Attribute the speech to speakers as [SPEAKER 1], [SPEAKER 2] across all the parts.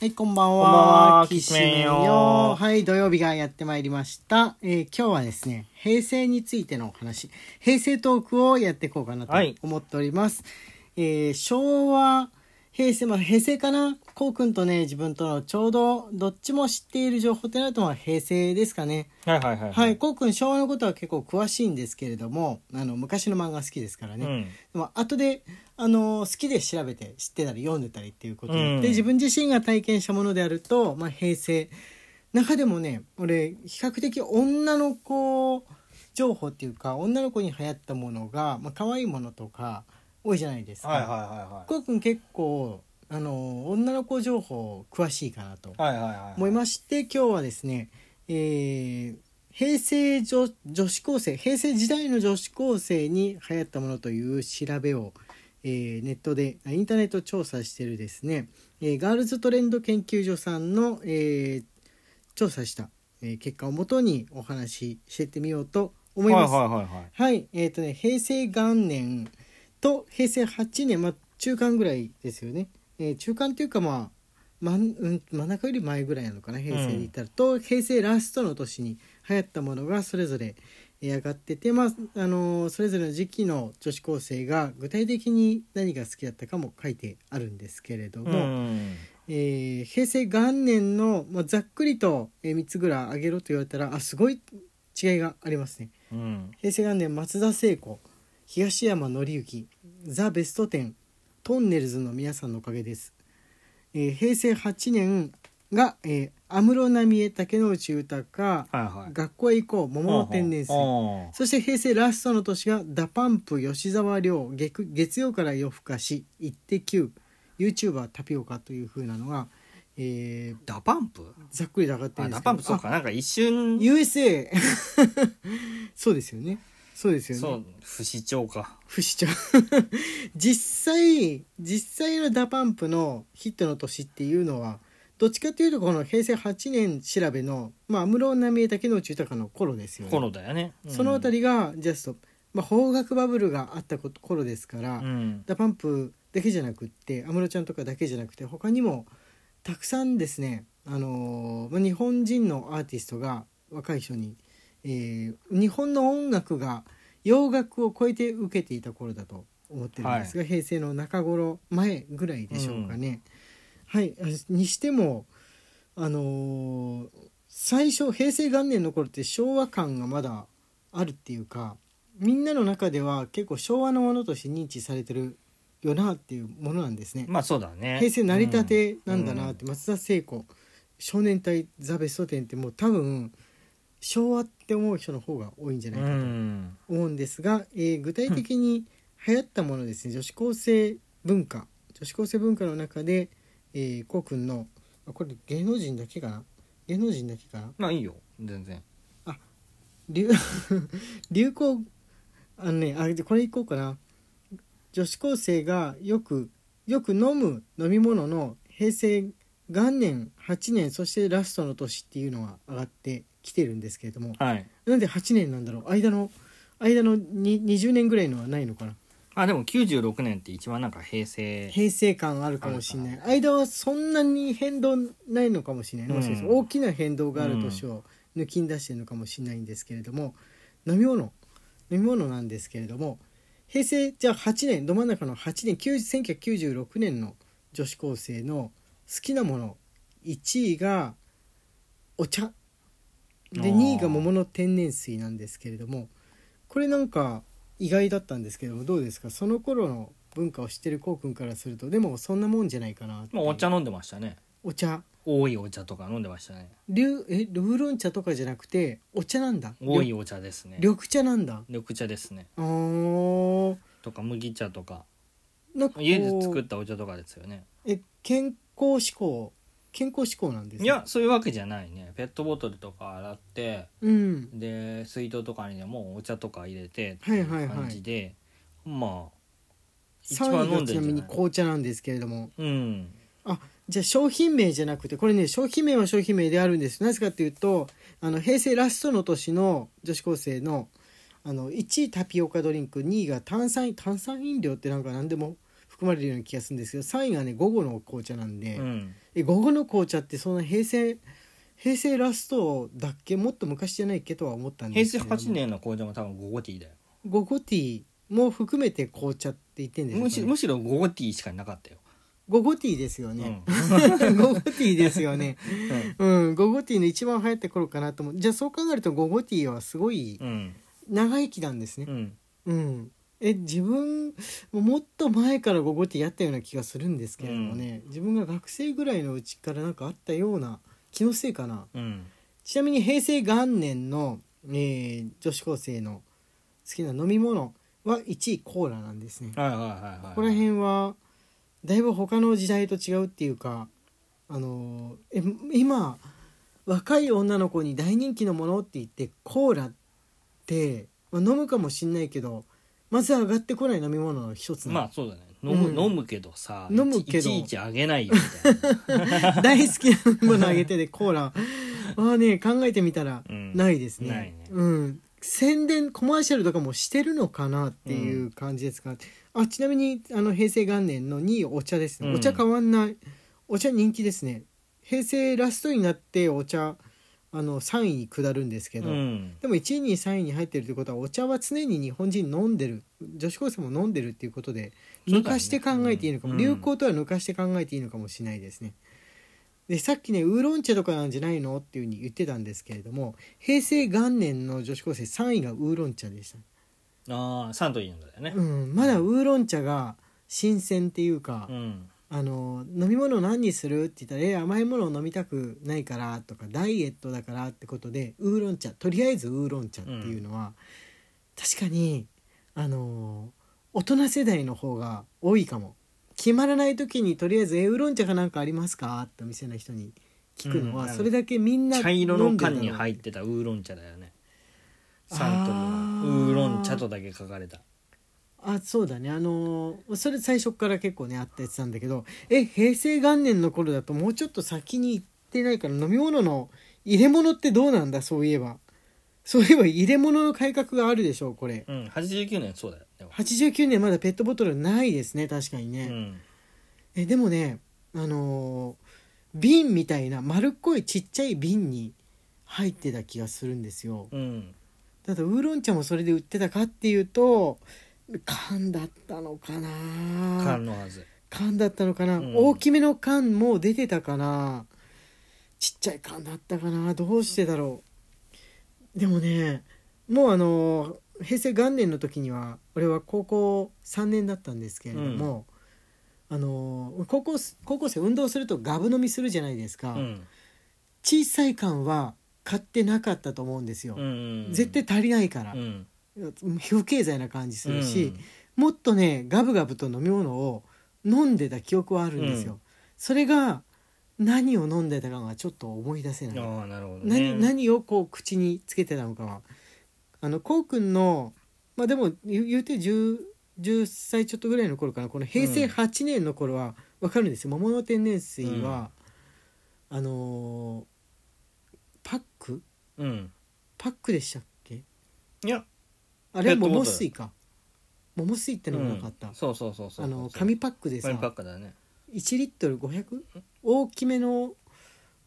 [SPEAKER 1] はい、こんばんは。
[SPEAKER 2] こんばんは
[SPEAKER 1] き
[SPEAKER 2] き
[SPEAKER 1] し
[SPEAKER 2] しめんよ
[SPEAKER 1] はい、土曜日がやってまいりました。えー今日はですね、平成についてのお話、平成トークをやっていこうかなと
[SPEAKER 2] はい
[SPEAKER 1] 思っております。えー昭和、平成、まあ、平成かなこうくんとね、自分とのちょうどどっちも知っている情報ってなると、まあ平成ですかね。
[SPEAKER 2] はいはいはい。
[SPEAKER 1] はい、こうくん昭和のことは結構詳しいんですけれども、あの、昔の漫画好きですから
[SPEAKER 2] う
[SPEAKER 1] ね。
[SPEAKER 2] ん。
[SPEAKER 1] でも後で、あの好きで調べて知ってたり読んでたりっていうことで,、
[SPEAKER 2] うん
[SPEAKER 1] で自分自身が体験したものであると、まあ、平成中でもね俺比較的女の子情報っていうか女の子に流行ったものが、まあ可愛いものとか多いじゃないですか。
[SPEAKER 2] はいはいは
[SPEAKER 1] こうくん結構あの女の子情報詳しいかなと
[SPEAKER 2] いはい。はいはいはい。
[SPEAKER 1] 思いまして今日はですね、えー平成女女子高生平成時代の女子高生に流行ったものという調べを、えーネットであインターネット調査してるですね、えーガールズトレンド研究所さんの、えー調査した、えー結果をもとにお話ししてってみようと思います。
[SPEAKER 2] はいはいはいはい。
[SPEAKER 1] はい、えっ、とね、平成元年と平成8年、まあ、中間ぐらいですよね。えー中間というか、まあ、真んうん、真ん中より前ぐらいなのかな、平成に至ると、平成ラストの年に流行ったものがそれぞれえー上がってて、まあ、あのーそれぞれの時期の女子高生が具体的に何が好きだったかも書いてあるんですけれども、
[SPEAKER 2] うん。
[SPEAKER 1] えー平成元年の、まあ、ざっくりと3つぐらい上げろと言われたら、あ、すごい違いがありますね。
[SPEAKER 2] うん。
[SPEAKER 1] 平成元年松田聖子東山紀之ザ・ベストテントンネルズの皆さんのおかげです、えー平成8年が、えー安室奈美恵竹野内豊、
[SPEAKER 2] はいはい。
[SPEAKER 1] 学校へ行こう桃の天然水
[SPEAKER 2] は
[SPEAKER 1] そして平成ラストの年がダパンプ吉沢亮月月曜から夜更かしイッテ Q ユーチューバータピオカという風なのが、えー
[SPEAKER 2] ダパンプ
[SPEAKER 1] ざっくりと上がってる
[SPEAKER 2] あ、
[SPEAKER 1] んです
[SPEAKER 2] ダ
[SPEAKER 1] けど
[SPEAKER 2] パンプそうか。なんか一瞬、
[SPEAKER 1] USA そうですよねそうですよね
[SPEAKER 2] そう、不死鳥か。
[SPEAKER 1] 不死鳥 実際実際のダパンプのヒットの年っていうのはどっちかっていうとこの平成8年調べのまあ安室奈美恵竹野内豊の頃ですよね
[SPEAKER 2] コロだよね。
[SPEAKER 1] そのあた
[SPEAKER 2] り。
[SPEAKER 1] りがジャスト、まあ、邦楽バブルがあったこと頃ですから、
[SPEAKER 2] うん。
[SPEAKER 1] ダパンプだけじゃなくって安室ちゃんとかだけじゃなくて他にもたくさんですね、あのーまあ、日本人のアーティストが若い人に、えー日本の音楽が洋楽を超えて受けていた頃だと思ってるんですが、平成の中頃前ぐらいでしょうかね。はい、あにしても、あのー最初平成元年の頃って昭和感がまだあるっていうかみんなの中では結構昭和のものとして認知されてるよなっていうものなんですね。
[SPEAKER 2] まあそうだね。
[SPEAKER 1] 平成成り立てなんだなって、松田聖子少年隊ザ・ベストテンってもう多分昭和って思う人の方が多いんじゃ
[SPEAKER 2] う
[SPEAKER 1] ない
[SPEAKER 2] ん。
[SPEAKER 1] か
[SPEAKER 2] う
[SPEAKER 1] と
[SPEAKER 2] ん。
[SPEAKER 1] 思うんですが、えー具体的に流行ったものですね女子高生文化女子高生文化の中で、えー、こうくんのあこれ芸能人だけかな芸能人だけかな
[SPEAKER 2] まあいいよ。全然。
[SPEAKER 1] 流 流行あのねあでこれいこうかな女子高生がよくよく飲む飲み物の平成元年8年そしてラストの年っていうのが上がってきてるんですけれども
[SPEAKER 2] はい。
[SPEAKER 1] なんで8年なんだろう間の間のに20年ぐらいのはないのかな
[SPEAKER 2] あ、でも96年って一番なんか平成。
[SPEAKER 1] 平成感あるかもしれない間はそんなに変動ないのかもしれない、もしかしたら
[SPEAKER 2] うん
[SPEAKER 1] 大きな変動がある年を抜きん出してるのかもしれないんですけれども、飲み物飲み物なんですけれども平成じゃあ8年ど真ん中の8年9 1996年の女子高生の好きなもの1位がお茶で
[SPEAKER 2] あー
[SPEAKER 1] 2位が桃の天然水なんですけれどもこれなんか意外だったんですけどもどうですかその頃の文化を知ってるこうくんからするとでもそんなもんじゃないかなって
[SPEAKER 2] まあお茶飲んでましたね。
[SPEAKER 1] お茶
[SPEAKER 2] 多いお茶とか飲んでましたね。
[SPEAKER 1] ルえルーロン茶とかじゃなくてお茶なんだ
[SPEAKER 2] 多い
[SPEAKER 1] 緑
[SPEAKER 2] お茶ですね。
[SPEAKER 1] 緑茶なんだ
[SPEAKER 2] 緑茶ですね。
[SPEAKER 1] あー
[SPEAKER 2] とか麦茶とか。
[SPEAKER 1] なんかこう
[SPEAKER 2] 家で作ったお茶とかですよね
[SPEAKER 1] え健康志向健康志向なんですね
[SPEAKER 2] いやそういうわけじゃないねペットボトルとか洗って
[SPEAKER 1] うん
[SPEAKER 2] で水筒とかにでもお茶とか入れてって
[SPEAKER 1] はいいうはいはい
[SPEAKER 2] 感じで、まあ一
[SPEAKER 1] 3
[SPEAKER 2] 番
[SPEAKER 1] 位
[SPEAKER 2] 飲
[SPEAKER 1] が
[SPEAKER 2] んで
[SPEAKER 1] ちなん
[SPEAKER 2] じゃ
[SPEAKER 1] みに
[SPEAKER 2] ない
[SPEAKER 1] 紅茶なんですけれども
[SPEAKER 2] うん
[SPEAKER 1] じゃあ商品名じゃなくてこれね商品名は商品名であるんですなぜかっていうとあの平成ラストの年の女子高生のあの1位タピオカドリンク2位が炭酸炭酸飲料ってなんか何でも含まれるような気がするんですけど3位がね午後の紅茶なんで、
[SPEAKER 2] うん
[SPEAKER 1] え午後の紅茶ってそんな平成平成ラストだっけもっと昔じゃないっけとは思ったんで
[SPEAKER 2] 平
[SPEAKER 1] すけ
[SPEAKER 2] 成
[SPEAKER 1] ども
[SPEAKER 2] 8年の紅茶も多分ゴゴティーだよ
[SPEAKER 1] 午後ティーも含めて紅茶って言ってんですよ
[SPEAKER 2] むし
[SPEAKER 1] これ
[SPEAKER 2] むしろゴゴティーしかなかったよ、
[SPEAKER 1] 午後ティーですよ
[SPEAKER 2] うん
[SPEAKER 1] ね、 午後ティーですよねうん午後ティーの一番流行った頃かなと思うじゃあそう考えると午後ティーはすごい
[SPEAKER 2] うん
[SPEAKER 1] 長生きなんですね
[SPEAKER 2] うん
[SPEAKER 1] うん、え自分もっと前から午後ってやったような気がするんですけれどもね、自分が学生ぐらいのうちからなんかあったような気のせいかな
[SPEAKER 2] うん
[SPEAKER 1] ちなみに平成元年の、えー女子高生の好きな飲み物は1位コーラなんですね、
[SPEAKER 2] はいはいはいはい
[SPEAKER 1] ここら辺はだいぶ他の時代と違うっていうかあのえ今若い女の子に大人気のものって言ってコーラって、まあ飲むかもしんないけどまず上がってこない飲み物の一つなの
[SPEAKER 2] まあそうだね飲む,、
[SPEAKER 1] うん
[SPEAKER 2] 飲むけどさ
[SPEAKER 1] 飲むけど
[SPEAKER 2] いちいちあげないよみ たいな、
[SPEAKER 1] 大好きなものあげてでコーラまあね考えてみたら
[SPEAKER 2] うん
[SPEAKER 1] ないですね,、
[SPEAKER 2] ないね
[SPEAKER 1] うん宣伝コマーシャルとかもしてるのかなっていう感じですか、あちなみにあの平成元年の2位お茶ですね、
[SPEAKER 2] うん
[SPEAKER 1] お茶変わんないお茶人気ですね平成ラストになってお茶あの3位に下るんですけど、
[SPEAKER 2] うん、
[SPEAKER 1] でも1位に3位に入ってるということはお茶は常に日本人飲んでる女子高生も飲んでるっていうことで
[SPEAKER 2] そうだね
[SPEAKER 1] 抜かして考えていいのかも、
[SPEAKER 2] うん
[SPEAKER 1] 流行とは抜かして考えていいのかもしれないですね。でさっきねウーロン茶とかなんじゃないのっていうふうに言ってたんですけれども平成元年の女子高生3位がウーロン茶でした、
[SPEAKER 2] ああサントリーなんだよね
[SPEAKER 1] うん、まだウーロン茶が新鮮っていうか、
[SPEAKER 2] うん
[SPEAKER 1] あの飲み物何にするって言ったらえ「甘いものを飲みたくないから」とか「ダイエットだから」ってことでウーロン茶とりあえずウーロン茶っていうのは、確かにあの大人世代の方が多いかも決まらない時にとりあえず「えウーロン茶かなんかありますか?」ってお店の人に聞くの
[SPEAKER 2] うん
[SPEAKER 1] は、
[SPEAKER 2] うん
[SPEAKER 1] それだけみんな
[SPEAKER 2] 茶色の缶に
[SPEAKER 1] 飲んでた
[SPEAKER 2] 入ってたウーロン茶だよねサントリー
[SPEAKER 1] あ
[SPEAKER 2] の
[SPEAKER 1] ー
[SPEAKER 2] ウーロン茶とだけ書かれた
[SPEAKER 1] あそうだねあのーそれ最初から結構ねあったやつなんだけどえ平成元年の頃だともうちょっと先に行ってないから飲み物の入れ物ってどうなんだそういえばそういえば入れ物の改革があるでしょうこれ
[SPEAKER 2] うん89年そうだよでも
[SPEAKER 1] 89年まだペットボトルないですね確かにね、
[SPEAKER 2] うん
[SPEAKER 1] えでもねあのー瓶みたいな丸っこいちっちゃい瓶に入ってた気がするんですよ
[SPEAKER 2] うん
[SPEAKER 1] ただウーロン茶もそれで売ってたかっていうと缶だったのかな
[SPEAKER 2] 缶のはず
[SPEAKER 1] 缶だったのかな、
[SPEAKER 2] うん
[SPEAKER 1] 大きめの缶も出てたかなちっちゃい缶だったかなどうしてだろうでもねもうあの平成元年の時には俺は高校3年だったんですけれども、あの高校す高校生運動するとガブ飲みするじゃないですか、
[SPEAKER 2] うん
[SPEAKER 1] 小さい缶は買ってなかったと思うんですよ、
[SPEAKER 2] うん
[SPEAKER 1] 絶対足りないから
[SPEAKER 2] う、ん
[SPEAKER 1] 不経済な感じするし、
[SPEAKER 2] うん
[SPEAKER 1] もっとねガブガブと飲み物を飲んでた記憶はあるんですよ、
[SPEAKER 2] うん
[SPEAKER 1] それが何を飲んでたかがちょっと思い出せない、
[SPEAKER 2] ああなるほどね
[SPEAKER 1] 何何をこう口につけてたのかはあのこうくんのまあでも言う言うて 10, 10歳ちょっとぐらいの頃かなこの平成
[SPEAKER 2] うん
[SPEAKER 1] 8年の頃は分かるんですよ、桃の天然水は、あのーパック
[SPEAKER 2] うん
[SPEAKER 1] パックでしたっけ
[SPEAKER 2] いや
[SPEAKER 1] あれは
[SPEAKER 2] ペットボトル
[SPEAKER 1] 桃水か桃水ってのがなかった、
[SPEAKER 2] うんそうそうそうそう
[SPEAKER 1] あの紙パックでさ
[SPEAKER 2] 紙パックだね
[SPEAKER 1] 1リットル 500? 大きめの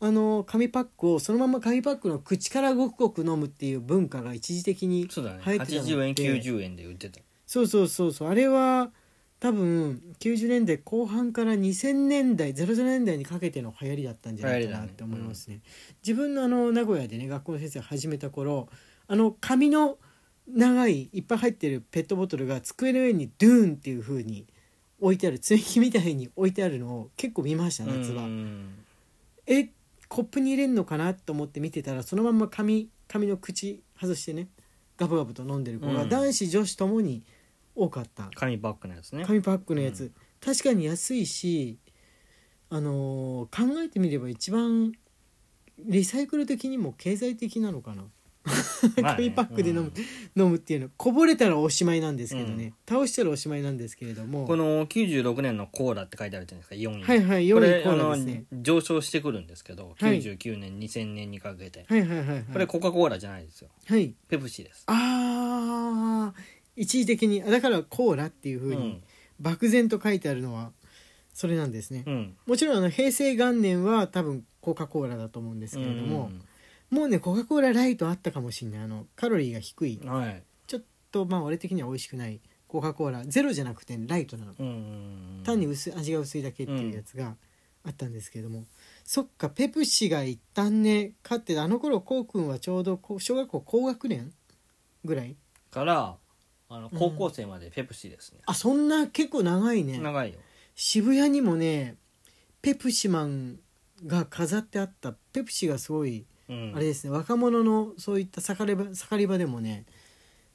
[SPEAKER 1] あの紙パックをそのまま紙パックの口からごくごく飲むっていう文化が一時的に
[SPEAKER 2] そうだね
[SPEAKER 1] 入ってたのって
[SPEAKER 2] 80円90円で売ってた
[SPEAKER 1] そうそうそうそうあれは多分90年代後半から2000年代00年代にかけての流行りだったんじゃないかなって思いますね。自分のあの名古屋でね学校の先生が始めた頃あの紙の長いいっぱい入ってるペットボトルが机の上にドゥーンっていう風に置いてある積み木みたいに置いてあるのを結構見ました夏場。
[SPEAKER 2] うん
[SPEAKER 1] えコップに入れんのかなと思って見てたらそのまんま紙紙の口外してねガブガブと飲んでる子が
[SPEAKER 2] うん
[SPEAKER 1] 男子女子ともに多かった、
[SPEAKER 2] 紙パックのやつね
[SPEAKER 1] 紙パックのやつ、
[SPEAKER 2] う
[SPEAKER 1] 確かに安いしあのー考えてみれば一番リサイクル的にも経済的なのか
[SPEAKER 2] ま
[SPEAKER 1] な、
[SPEAKER 2] あね
[SPEAKER 1] 紙パックで飲む
[SPEAKER 2] うん
[SPEAKER 1] 飲むっていうのこぼれたらおしまいなんですけどね、
[SPEAKER 2] うん
[SPEAKER 1] 倒したらおしまいなんですけれども
[SPEAKER 2] この96年のコーラって書いてあるじゃないですか4位
[SPEAKER 1] はいはい
[SPEAKER 2] こ
[SPEAKER 1] 4位
[SPEAKER 2] れ
[SPEAKER 1] コ
[SPEAKER 2] あ
[SPEAKER 1] ーラで
[SPEAKER 2] の
[SPEAKER 1] すね
[SPEAKER 2] 上昇してくるんですけど
[SPEAKER 1] はい
[SPEAKER 2] 99年2000年にかけて
[SPEAKER 1] はいはいはいはい
[SPEAKER 2] これコカ・コーラじゃないですよ
[SPEAKER 1] はい
[SPEAKER 2] ペプシです
[SPEAKER 1] あー一時的にあだからコーラっていうふうに
[SPEAKER 2] うん
[SPEAKER 1] 漠然と書いてあるのはそれなんですね、
[SPEAKER 2] うん
[SPEAKER 1] もちろんあの平成元年は多分コカ・コーラだと思うんですけれども、もうねコカ・コーラライトあったかもしれないあのカロリーが低い
[SPEAKER 2] うんはい
[SPEAKER 1] ちょっとまあ俺的には美味しくないコカ・コーラゼロじゃなくてライトなの
[SPEAKER 2] うん
[SPEAKER 1] 単に薄い味が薄いだけっていうやつがあったんですけれども、そっかペプシが一旦ね勝ってあの頃こうくんはちょうどこう小学校高学年ぐらい
[SPEAKER 2] からあの高校生までペプシですね、
[SPEAKER 1] あそんな結構長いね
[SPEAKER 2] 長いよ
[SPEAKER 1] 渋谷にもねペプシマンが飾ってあったペプシがすごい、
[SPEAKER 2] うん
[SPEAKER 1] あれですね若者のそういった盛り場盛り場でもね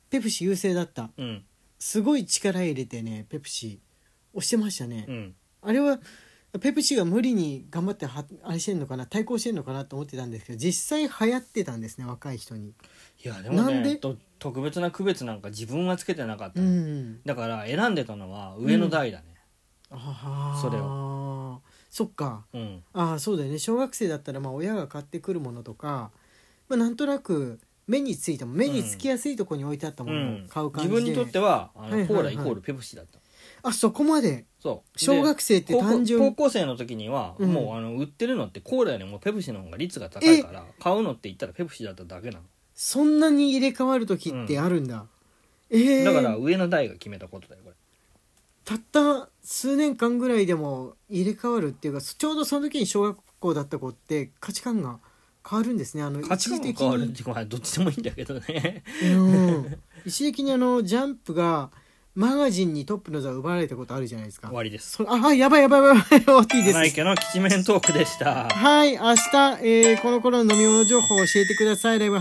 [SPEAKER 1] ペプシ優勢だった
[SPEAKER 2] うん
[SPEAKER 1] すごい力入れてねペプシ押してましたね、
[SPEAKER 2] うん
[SPEAKER 1] あれはペプシが無理に頑張ってはあれしてんのかな対抗してんのかなと思ってたんですけど実際流行ってたんですね若い人に。
[SPEAKER 2] いやでも
[SPEAKER 1] なん
[SPEAKER 2] ね
[SPEAKER 1] で
[SPEAKER 2] と特別な区別なんか自分はつけてなかった
[SPEAKER 1] う
[SPEAKER 2] の、
[SPEAKER 1] ん、
[SPEAKER 2] だから選んでたのは上の代だね
[SPEAKER 1] あー
[SPEAKER 2] それ
[SPEAKER 1] そっか
[SPEAKER 2] うん、
[SPEAKER 1] ああそうだよね小学生だったらまあ親が買ってくるものとか、まあ、なんとなく目についたもの目につきやすいところに置いてあったも
[SPEAKER 2] う
[SPEAKER 1] のを
[SPEAKER 2] ん
[SPEAKER 1] 買う感
[SPEAKER 2] 自
[SPEAKER 1] じで、
[SPEAKER 2] 分にとってはあの、
[SPEAKER 1] はいはいはい
[SPEAKER 2] コーライコールペプシだった
[SPEAKER 1] あそこまで
[SPEAKER 2] そう
[SPEAKER 1] 小学
[SPEAKER 2] 生
[SPEAKER 1] 生って単純
[SPEAKER 2] 高校高校生の時には、
[SPEAKER 1] うん
[SPEAKER 2] もうあの売ってるのってコーラよりもペプシの方が率が高いから買うのって言ったらペプシだっただけなの、
[SPEAKER 1] そんなに入れ替わる時ってあるんだ、ええ
[SPEAKER 2] だから上の代が決めたことだよこれ
[SPEAKER 1] たった数年間ぐらいでも入れ替わるっていうかちょうどその時に小学校だった子って価値観が変わるんですねあの
[SPEAKER 2] 価値観が
[SPEAKER 1] 一時的
[SPEAKER 2] 変わるっ
[SPEAKER 1] に
[SPEAKER 2] ていうかまあどっちでもいいんだけどね
[SPEAKER 1] うん 一時的にあのジャンプがマガジンにトップの座を奪われたことあるじゃないですか
[SPEAKER 2] 終わりです
[SPEAKER 1] そああやばいやばいやばい終わっていいで
[SPEAKER 2] マイ
[SPEAKER 1] す
[SPEAKER 2] ケの吉面トークでした
[SPEAKER 1] はい明日、えーこの頃の飲み物情報を教えてくださいライブ